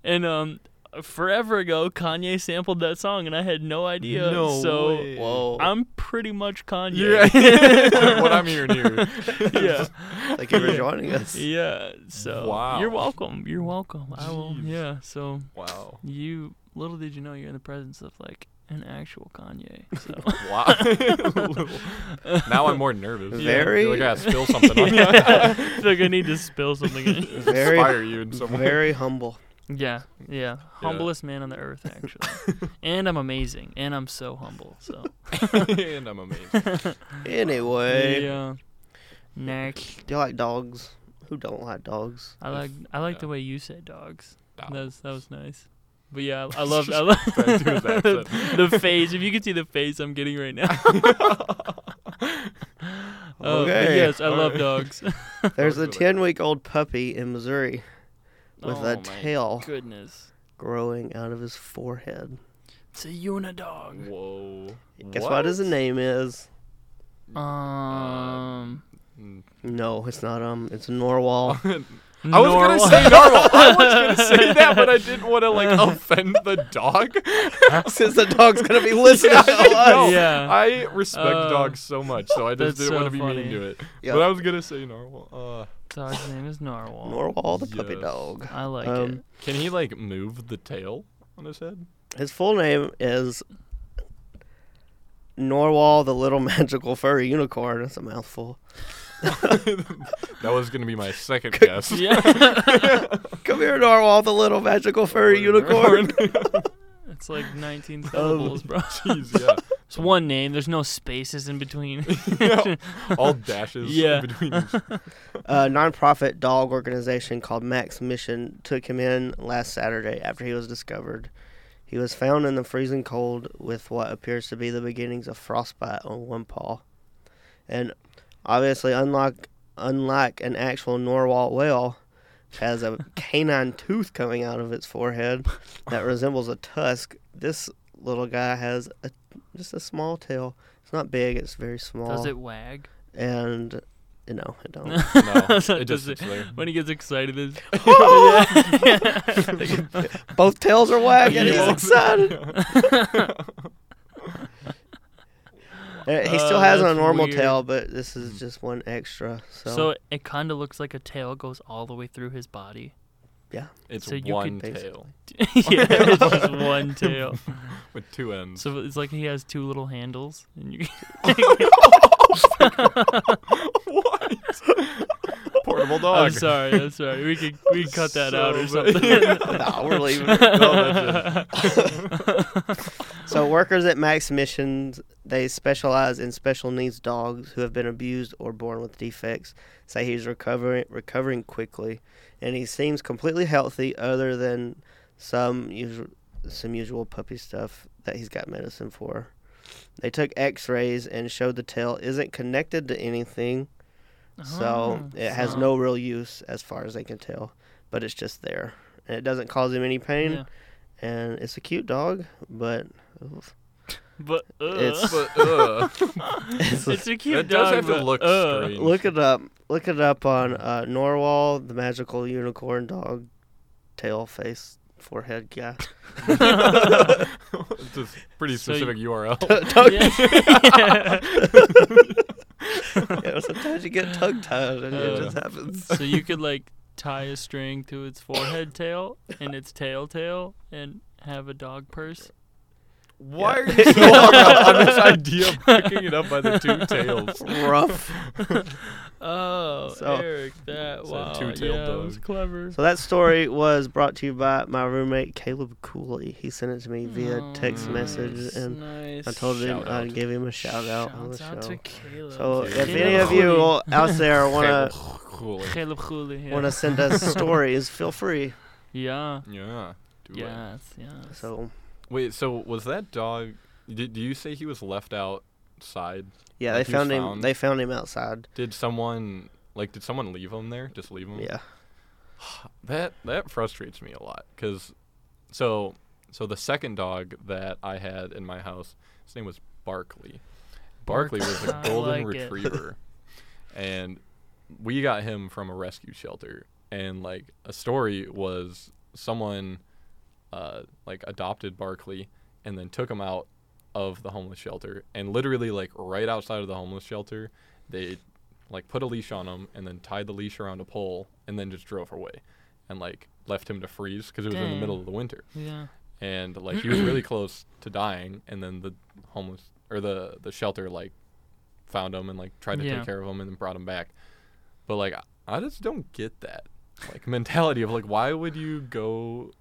S1: and um, forever ago, Kanye sampled that song, and I had no idea.
S2: No
S1: so
S2: way.
S3: Whoa.
S1: I'm pretty much Kanye.
S2: Yeah. what I'm hearing here.
S1: yeah.
S3: Thank you for joining us.
S1: Yeah. So
S2: Wow.
S1: you're welcome. You're welcome. I will.
S2: Jeez.
S1: Yeah. So
S2: Wow.
S1: you little did you know you're in the presence of like an actual Kanye. So
S2: Wow. now I'm more nervous.
S3: Very-
S2: You're like, I gotta spill something on you.
S1: yeah. like I need to spill something. In.
S3: Very
S2: Inspire you in some way.
S3: very humble.
S1: Yeah. Yeah. Humblest man on the earth, actually. and I'm amazing. And I'm so humble. So
S2: and I'm amazing.
S3: Anyway.
S1: yeah. Next,
S3: Do you like dogs? Who don't like dogs?
S1: I like I like
S2: Yeah.
S1: the way you say dogs.
S2: Wow.
S1: That was, that was nice. But yeah, I I love I love
S2: Back to his accent.
S1: the face. If you could see the face I'm getting right now. Oh, but
S3: Okay.
S1: yes, I
S2: All
S1: love
S2: right.
S1: dogs.
S3: There's a
S2: really?
S3: 10 week old puppy in Missouri with
S1: oh,
S3: a
S1: my
S3: tail
S1: Goodness.
S3: growing out of his forehead.
S1: It's a unidog.
S2: Whoa.
S3: Guess what, his name is?
S1: Um,
S2: Mm.
S3: No, it's not um, it's a um, Norwal.
S1: Uh,
S2: I was gonna
S1: Normal.
S2: say normal. I was gonna say that, but I didn't want to like offend the dog.
S3: Since the dog's gonna be listening to
S2: I know.
S3: us.
S1: Yeah.
S2: I respect
S1: Uh,
S2: dogs so much, so I
S1: that's
S2: just didn't
S1: so
S2: want to be
S1: funny.
S2: mean to it.
S3: Yeah.
S2: But I was gonna say normal. Uh,
S1: Dog's name is Narwhal.
S3: Norwal the puppy
S2: Yes.
S3: dog.
S1: I like it.
S3: Um,
S2: can he like move the tail on his head?
S3: His full name is Norwal the Little Magical Furry Unicorn. That's a mouthful.
S2: that was gonna be my second guess.
S1: Yeah.
S3: Come here, Norwal the Little Magical Furry Unicorn.
S1: it's like 19 syllables, bro.
S2: Jeez, yeah.
S1: It's one name. There's no spaces in between.
S2: Yeah. All dashes
S1: Yeah.
S2: between each-
S3: a nonprofit dog organization called Max Mission took him in last Saturday after he was discovered. He was found in the freezing cold with what appears to be the beginnings of frostbite on one paw. And obviously, unlike, unlike an actual narwhal whale, which has a canine tooth coming out of its forehead that resembles a tusk, this little guy has a, just a small tail. It's not big, it's very small.
S1: Does it wag?
S3: And, you know, it don't.
S2: Oh. No,
S1: So
S2: it
S1: does
S2: just sits there.
S1: When he gets excited, it's
S3: Both tails are wagging. He's
S1: Yeah.
S3: excited. Uh, He still has a
S1: that's
S3: normal
S1: weird.
S3: tail, but this is just one extra. So,
S1: so it kind of looks like a tail goes all the way through his body.
S2: It's
S1: So you could
S2: one
S3: basically-
S2: tail
S1: yeah, it's just one tail.
S2: with two ends.
S1: So it's like he has two little handles, and you
S2: what? Portable dog.
S1: I'm sorry, I'm sorry. We could we could cut that out or
S2: So
S1: something.
S3: Nah, we're leaving it.
S2: No, that's it.
S3: so workers at Max Missions they specialize in special needs dogs who have been abused or born with defects. Say he's recovering recovering quickly, and he seems completely healthy, other than some usual some usual puppy stuff that he's got medicine for. They took X-rays and showed the tail isn't connected to anything. So
S1: Oh,
S3: it has
S1: so-
S3: no real use as far as they can tell, but it's just there. And it doesn't cause him any pain,
S1: yeah.
S3: and it's a cute dog, but oof.
S1: But uh,
S3: It's-
S2: But, uh,
S1: it's a cute
S2: that does
S1: dog,
S2: have to
S1: but,
S2: look
S1: uh,
S2: strange.
S3: look it up. Look it up on uh, Norwal, the magical unicorn dog, tail face forehead guy.
S2: It's a pretty
S1: So you-
S2: specific URL.
S3: Tug-
S1: Yeah.
S3: yeah, sometimes you get tongue tied, and
S1: Uh,
S3: it just happens.
S1: so you could like tie a string to its forehead tail and its tail tail and have a dog purse.
S2: Why are you so hung up on this idea of picking it up by the two tails?
S3: Rough.
S1: Oh,
S3: So-
S1: Eric, that
S2: It's a
S1: wow,
S2: two-tailed
S1: yeah, that was
S2: dog.
S1: clever.
S3: So that story was brought to you by my roommate Caleb Cooley. He sent it to me via text message,
S1: Oh, Nice,
S3: and
S1: nice.
S3: I told him
S2: Shout
S3: I'd
S2: out.
S3: give him a shout out on the
S1: Shouts out
S3: show.
S1: to Caleb.
S3: So
S2: Caleb
S3: if any
S2: Cooley.
S3: of you out there wanna
S2: Cool.
S1: Caleb Cooley, yeah.
S3: wanna send us stories, feel free.
S1: yeah,
S2: Yeah. Do it.
S1: yes, yes.
S3: So
S2: Wait, so was that dog. Did, do you say he was left outside?
S3: yeah,
S2: Like
S3: they
S2: he was
S3: found him.
S2: found?
S3: They found him outside.
S2: Did someone. Like, did someone leave him there? Just leave him?
S3: Yeah,
S2: That that frustrates me a lot because, so so the second dog that I had in my house, his name was Barkley. Barkley was a
S1: I
S2: golden
S1: like it.
S2: retriever, and we got him from a rescue shelter. And like a story was someone, uh, like adopted Barkley and then took him out of the homeless shelter and literally like right outside of the homeless shelter, they like put a leash on him and then tied the leash around a pole and then just drove away and like left him to freeze because it was in the middle
S1: Dang.
S2: of the winter
S1: Yeah.
S2: and like he was really close to dying and then the homeless or the the shelter like found him and like tried to
S1: Yeah.
S2: take care of him and then brought him back but like I- i just don't get that like mentality of like why would you go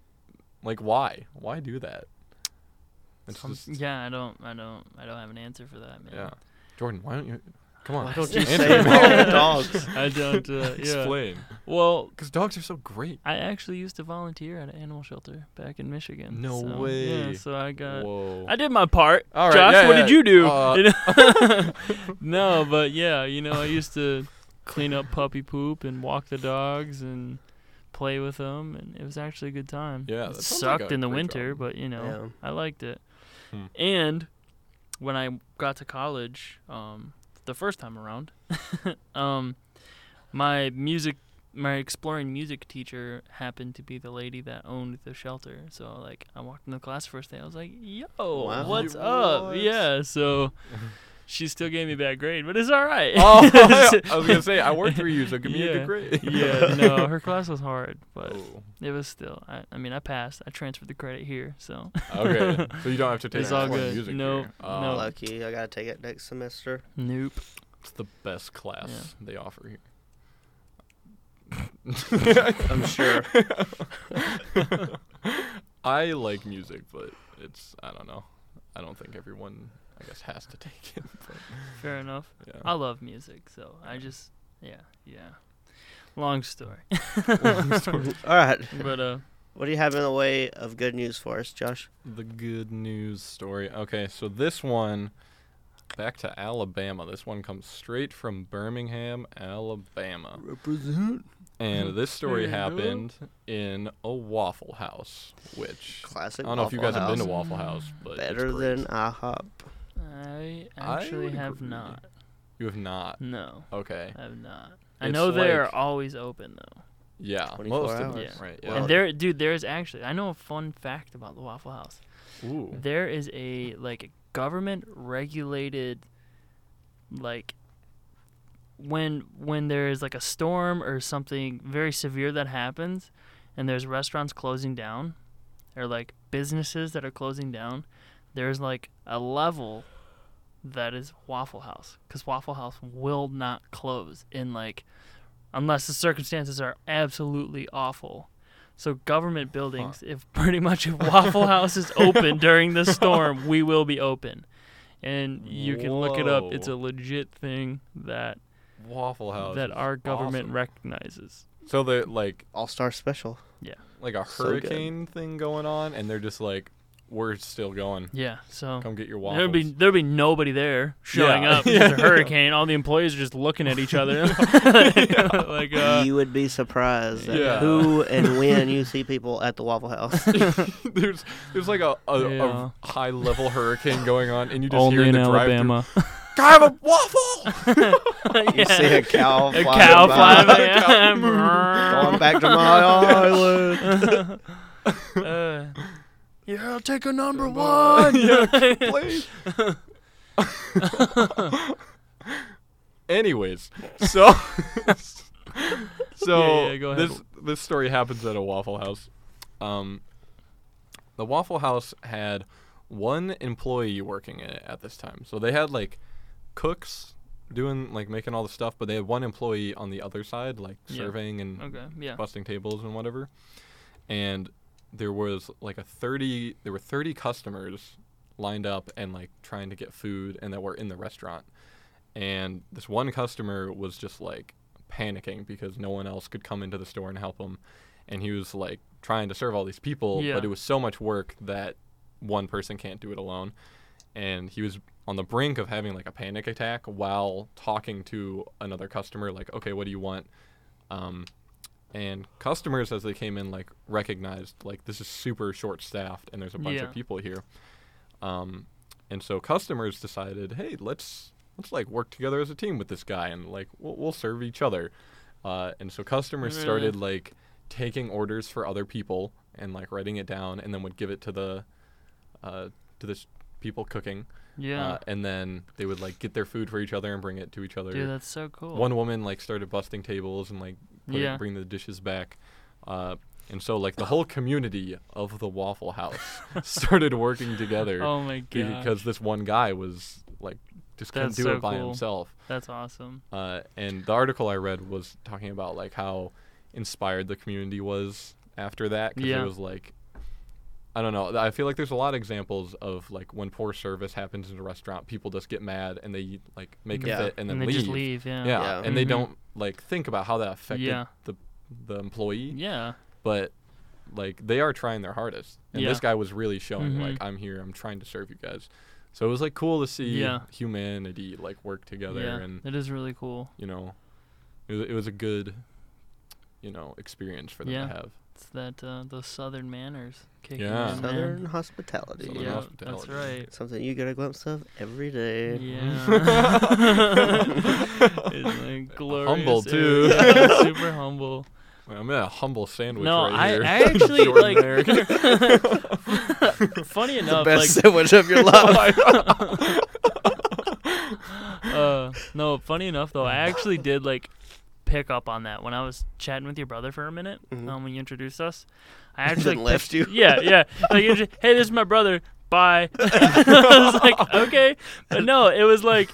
S2: like why why do that it's
S1: Some-
S2: just, yeah.
S1: Um, yeah, I don't, I don't, I don't have an answer for that, man.
S2: jordan why don't you come on
S3: Why don't you
S2: answer
S3: say
S2: me.
S3: about dogs?
S1: I don't. Uh, yeah.
S2: explain
S1: Well,
S2: because dogs are so great
S1: I actually used to volunteer at an animal shelter back in Michigan.
S2: No
S1: so, Yeah,
S2: way.
S1: so I got.
S2: whoa
S1: I did my part.
S2: All right,
S1: Josh,
S2: yeah,
S1: what
S2: yeah.
S1: did you do?
S2: Uh,
S1: You know? no, but yeah, you know, I used to clean up puppy poop and walk the dogs and play with them, and it was actually a good time.
S2: Yeah,
S1: it
S2: that sounds like
S1: sucked
S2: a
S1: in the
S2: great
S1: winter,
S2: job.
S1: but you know,
S3: Yeah.
S1: I liked it.
S2: Hmm.
S1: And when I got to college, um, the first time around, um, my music my exploring music teacher happened to be the lady that owned the shelter. So like I walked in the class first day, I was like, "Yo,
S3: Wow.
S1: what's
S2: You-
S1: up?"
S2: what?
S1: Yeah, so she still gave me a bad grade, but it's all right.
S2: Oh, I was gonna say I worked for you, so give me a
S1: Yeah.
S2: good grade.
S1: yeah, no, her class was hard, but
S2: Oh,
S1: it was still. I, I mean, I passed. I transferred the credit here, so
S2: okay, so you don't have to take
S3: It's
S2: the
S3: all
S2: foreign
S1: good.
S2: music
S1: No,
S2: here.
S1: no.
S2: Um,
S3: Lucky, I gotta take it next semester.
S1: nope.
S2: It's the best class they offer here.
S3: I'm sure.
S2: I like music, but it's I don't know. I don't think everyone I guess has to take it.
S1: Fair enough.
S2: Yeah.
S1: I love music, so I just yeah, yeah. Long story.
S3: All right,
S1: but uh
S3: what do you have in the way of good news for us, Josh?
S2: The good news story. Okay, so this one, back to Alabama. This one comes straight from Birmingham, Alabama.
S3: Represent
S2: And this
S1: There you
S2: story
S1: go.
S2: happened in a Waffle House, which
S3: classic.
S2: I don't know if you guys
S3: Waffle
S2: have been to
S3: House.
S2: Waffle House, but it's
S3: Better
S2: great.
S3: than IHOP.
S1: I
S2: I
S1: actually
S2: would
S1: have
S2: agree.
S1: not.
S2: you have not.
S1: No,
S2: Okay.
S1: I have not. I
S2: It's
S1: know they
S2: like-
S1: are always open though.
S2: Yeah.
S3: 24
S2: Most of them,
S1: hours.
S2: right?
S3: Yeah. Well-
S1: And there dude, there is actually I know a fun fact about the Waffle House.
S2: Ooh.
S1: There is a like government regulated like when when there is like a storm or something very severe that happens and there's restaurants closing down or like businesses that are closing down, there's like a level that is Waffle House cuz Waffle House will not close in like unless the circumstances are absolutely awful. So government buildings, if pretty much if Waffle House is open during the storm, we will be open. And you can look it up. It's a
S2: Whoa.
S1: legit thing that
S2: Waffle House.
S1: that
S2: is
S1: our government
S2: awesome.
S1: recognizes.
S2: so they're like
S3: All Star Special.
S2: like a
S3: So good.
S2: hurricane thing going on, and they're just like, we're still going.
S1: Yeah, so
S2: Come get your waffles.
S1: there'll be there'll be nobody there showing
S2: Yeah.
S1: up. It's
S2: Yeah.
S1: a hurricane. All the employees are just looking at each other. like uh,
S3: you would be surprised at
S2: Yeah.
S3: who and when you see people at the Waffle House.
S2: there's there's like a, a,
S1: Yeah.
S2: a high level hurricane going on, and you just
S1: only
S2: hear
S1: in
S2: the drive
S1: Alabama.
S2: Drive a waffle.
S3: You see a cow
S1: a
S3: flying
S1: cow
S3: by,
S1: flying.
S2: by.
S1: by.
S3: going back to my island.
S1: Uh, yeah, I'll take a number
S2: one.
S1: one.
S2: Please. Anyways, so so
S1: Yeah, yeah, go ahead.
S2: this this story happens at a Waffle House. Um, the Waffle House had one employee working in it at this time, so they had like cooks doing like making all the stuff, but they had one employee on the other side, like
S1: Yeah.
S2: serving and
S1: Uh, okay, yeah.
S2: busting tables and whatever. And there was like a 30 there were 30 customers lined up and like trying to get food and that were in the restaurant. And this one customer was just like panicking because no one else could come into the store and help him. And he was like trying to serve all these people,
S1: Yeah.
S2: but it was so much work that one person can't do it alone. And he was on the brink of having like a panic attack while talking to another customer like, "Okay, what do you want?" Um, and customers as they came in like recognized like this is super short staffed and there's a bunch
S1: Yeah.
S2: of people here um, and so customers decided hey let's let's like work together as a team with this guy and like we'll, we'll serve each other uh, and so customers
S1: Really?
S2: started like taking orders for other people and like writing it down and then would give it to the uh, to the s- people cooking
S1: Yeah.
S2: uh, and then they would like get their food for each other and bring it to each other
S1: Dude, that's so cool.
S2: one woman like started busting tables and like put
S1: Yeah.
S2: bring the dishes back uh, and so like the whole community of the waffle house started working together
S1: oh my god.
S2: because this one guy was like just couldn't
S1: That's
S2: do
S1: so
S2: it by
S1: cool.
S2: himself
S1: that's awesome.
S2: uh, and the article i read was talking about like how inspired the community was after that because
S1: Yeah.
S2: it was like i don't know i feel like there's a lot of examples of like when poor service happens in a restaurant people just get mad and they like make
S3: Yeah.
S2: a fit and then
S1: they just leave. Yeah.
S2: yeah,
S3: Yeah.
S2: and they
S1: Mhm.
S2: don't like think about how that affected
S1: Yeah.
S2: the the employee,
S1: Yeah.
S2: but like they are trying their hardest. And this
S1: Yeah.
S2: guy was really showing
S1: Mhm.
S2: like I'm here, I'm trying to serve you guys. So it was like cool to see
S1: Yeah.
S2: humanity like work together
S1: yeah.
S2: and
S1: it is really cool.
S2: you know it was, it was a good you know experience for them
S1: Yeah.
S2: to have.
S1: It's that uh, those Southern manners kicking
S2: Yeah.
S1: in, man.
S3: Southern hospitality.
S2: Southern
S1: yeah, that's
S2: hospitality.
S1: right.
S3: Something you get a glimpse of every day.
S1: Yeah. It's like glorious
S2: Humble,
S1: area.
S2: too.
S1: Yeah, super humble.
S2: Wait, I'm in a humble sandwich
S1: no,
S2: right
S1: I,
S2: here.
S1: I actually
S2: Jordan
S1: like. funny
S3: The
S1: enough, like
S3: best sandwich of your life.
S1: uh, no, funny enough though, I actually did like pick up on that when I was chatting with your brother for a minute
S3: Mhm.
S1: um, when you introduced us. I actually
S3: Then left
S1: picked-
S3: you.
S1: Yeah, yeah. Like, you just, hey, this is my brother. Bye. I was like, okay, but no, it was like.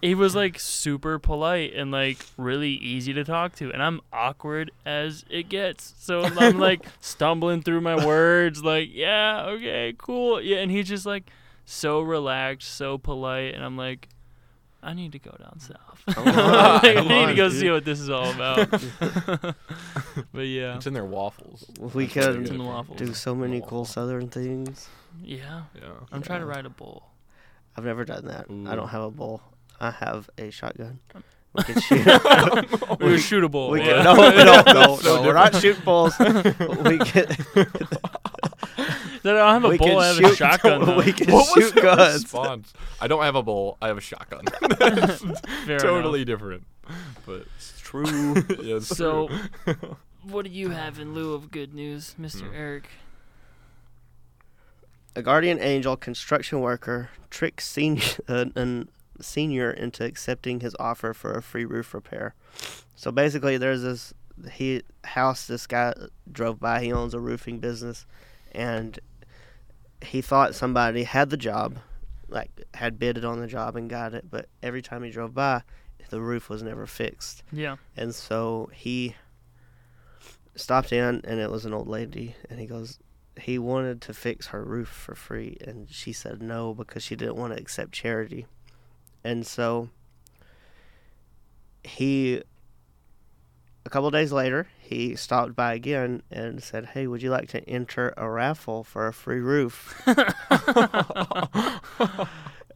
S1: He was like super polite and like really easy to talk to, and I'm awkward as it gets. So I'm like stumbling through my words, like, yeah, okay, cool. Yeah, and he's just like so relaxed, so polite, and I'm like, I need to go down south.
S3: on,
S1: Like, I
S2: come
S1: need to
S2: on,
S1: go
S2: dude.
S1: see what this is all about. but yeah,
S2: It's in their waffles.
S3: we
S2: That's really
S3: could
S1: It's in
S2: good.
S1: the waffles.
S3: do so many cool southern things.
S1: yeah,
S2: Yeah.
S1: I'm trying to
S3: Yeah.
S1: ride a bull.
S3: I've never done that. I
S2: Ooh.
S3: don't have a bowl. I have a shotgun. We could shoot.
S1: We would shoot a bull.
S3: we
S1: yeah.
S3: could, no, no, no,
S2: So
S3: no. We're not shooting bowls. we could,
S1: No, no, I don't have a
S3: we
S1: bull.
S3: could
S1: I have a
S3: shoot.
S1: shotgun. though.
S3: we could
S2: What was
S3: shoot
S2: the
S3: guns.
S2: response? I don't have a bowl. I have a shotgun.
S1: Fair
S2: totally different. But it's true. yeah, it's
S1: So-
S2: true.
S1: enough. What do you have in lieu of good news, Mr.
S2: Mm.
S1: Eric?
S3: A guardian angel construction worker tricks senior uh, an senior into accepting his offer for a free roof repair. So basically, there's this he house this guy drove by. He owns a roofing business, and he thought somebody had the job, like had bidded on the job and got it. But every time he drove by, the roof was never fixed.
S1: Yeah.
S3: And so he stopped in, and it was an old lady. And he goes, he wanted to fix her roof for free. And she said no because she didn't want to accept charity. And so he, a couple days later, he stopped by again and said, Hey, would you like to enter a raffle for a free roof?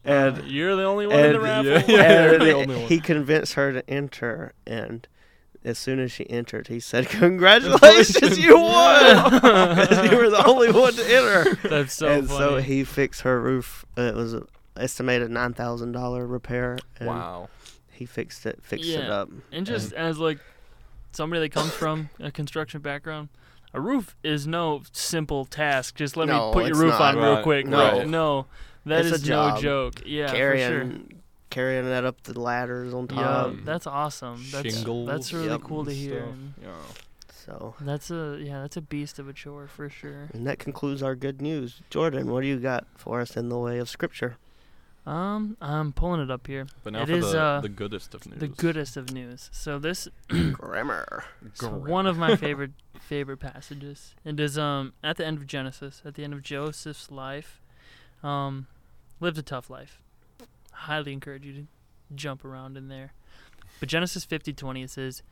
S3: and
S1: You're the only one in the
S3: and-
S1: raffle.
S2: yeah, yeah. they're the
S3: and
S2: only one.
S3: he convinced her to enter, and as soon as she entered, he said, "Congratulations, you won! you were the only one to enter."
S1: That's so
S3: and
S1: funny.
S3: so he fixed her roof. Uh, It was an estimated nine thousand dollar repair. And
S2: wow.
S3: He fixed it. Fixed it
S1: Yeah.
S3: up.
S1: And just as like somebody that comes from a construction background, a roof is no simple task. Just let
S3: No,
S1: me put your
S3: it's
S1: roof
S3: not.
S1: on real
S2: Right.
S1: quick.
S3: No.
S1: Right. No. That
S3: It's a
S1: is no
S3: job.
S1: joke. Yeah, for sure.
S3: carrying carrying that up the ladders on
S1: Yeah,
S3: top.
S2: Um,
S1: that's awesome. That's that's
S2: shingles
S1: really
S3: Yep.
S1: cool to
S2: and
S1: hear.
S2: stuff.
S1: and
S2: Yeah.
S3: So.
S1: That's a yeah, that's a beast of a chore for sure.
S3: And that concludes our good news. Jordan, what do you got for us in the way of scripture?
S1: Um, I'm pulling it up here.
S2: But now
S1: It
S2: for
S1: is,
S2: the,
S1: uh,
S2: the goodest of news.
S1: The goodest of news. So this
S3: Grammar.
S1: So one of my favorite favorite passages. It is um at the end of Genesis, at the end of Joseph's life. Um, lived a tough life. Highly encourage you to jump around in there. But Genesis fifty twenty it says,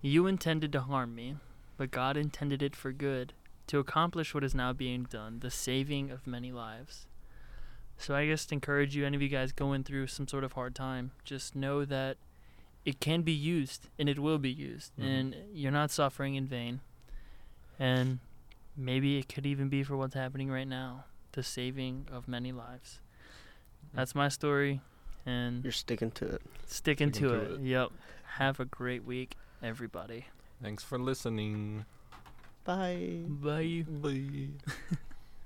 S1: "You intended to harm me, but God intended it for good, to accomplish what is now being done, the saving of many lives." So I just encourage you, any of you guys going through some sort of hard time, just know that it can be used and it will be used
S2: Mhm.
S1: and you're not suffering in vain and maybe it could even be for what's happening right now the saving of many lives that's my story and
S3: You're sticking to it.
S1: sticking
S2: Sticking
S1: to
S2: to
S1: it yep have a great week everybody
S2: Thanks for listening.
S3: Bye.
S1: bye
S2: Bye.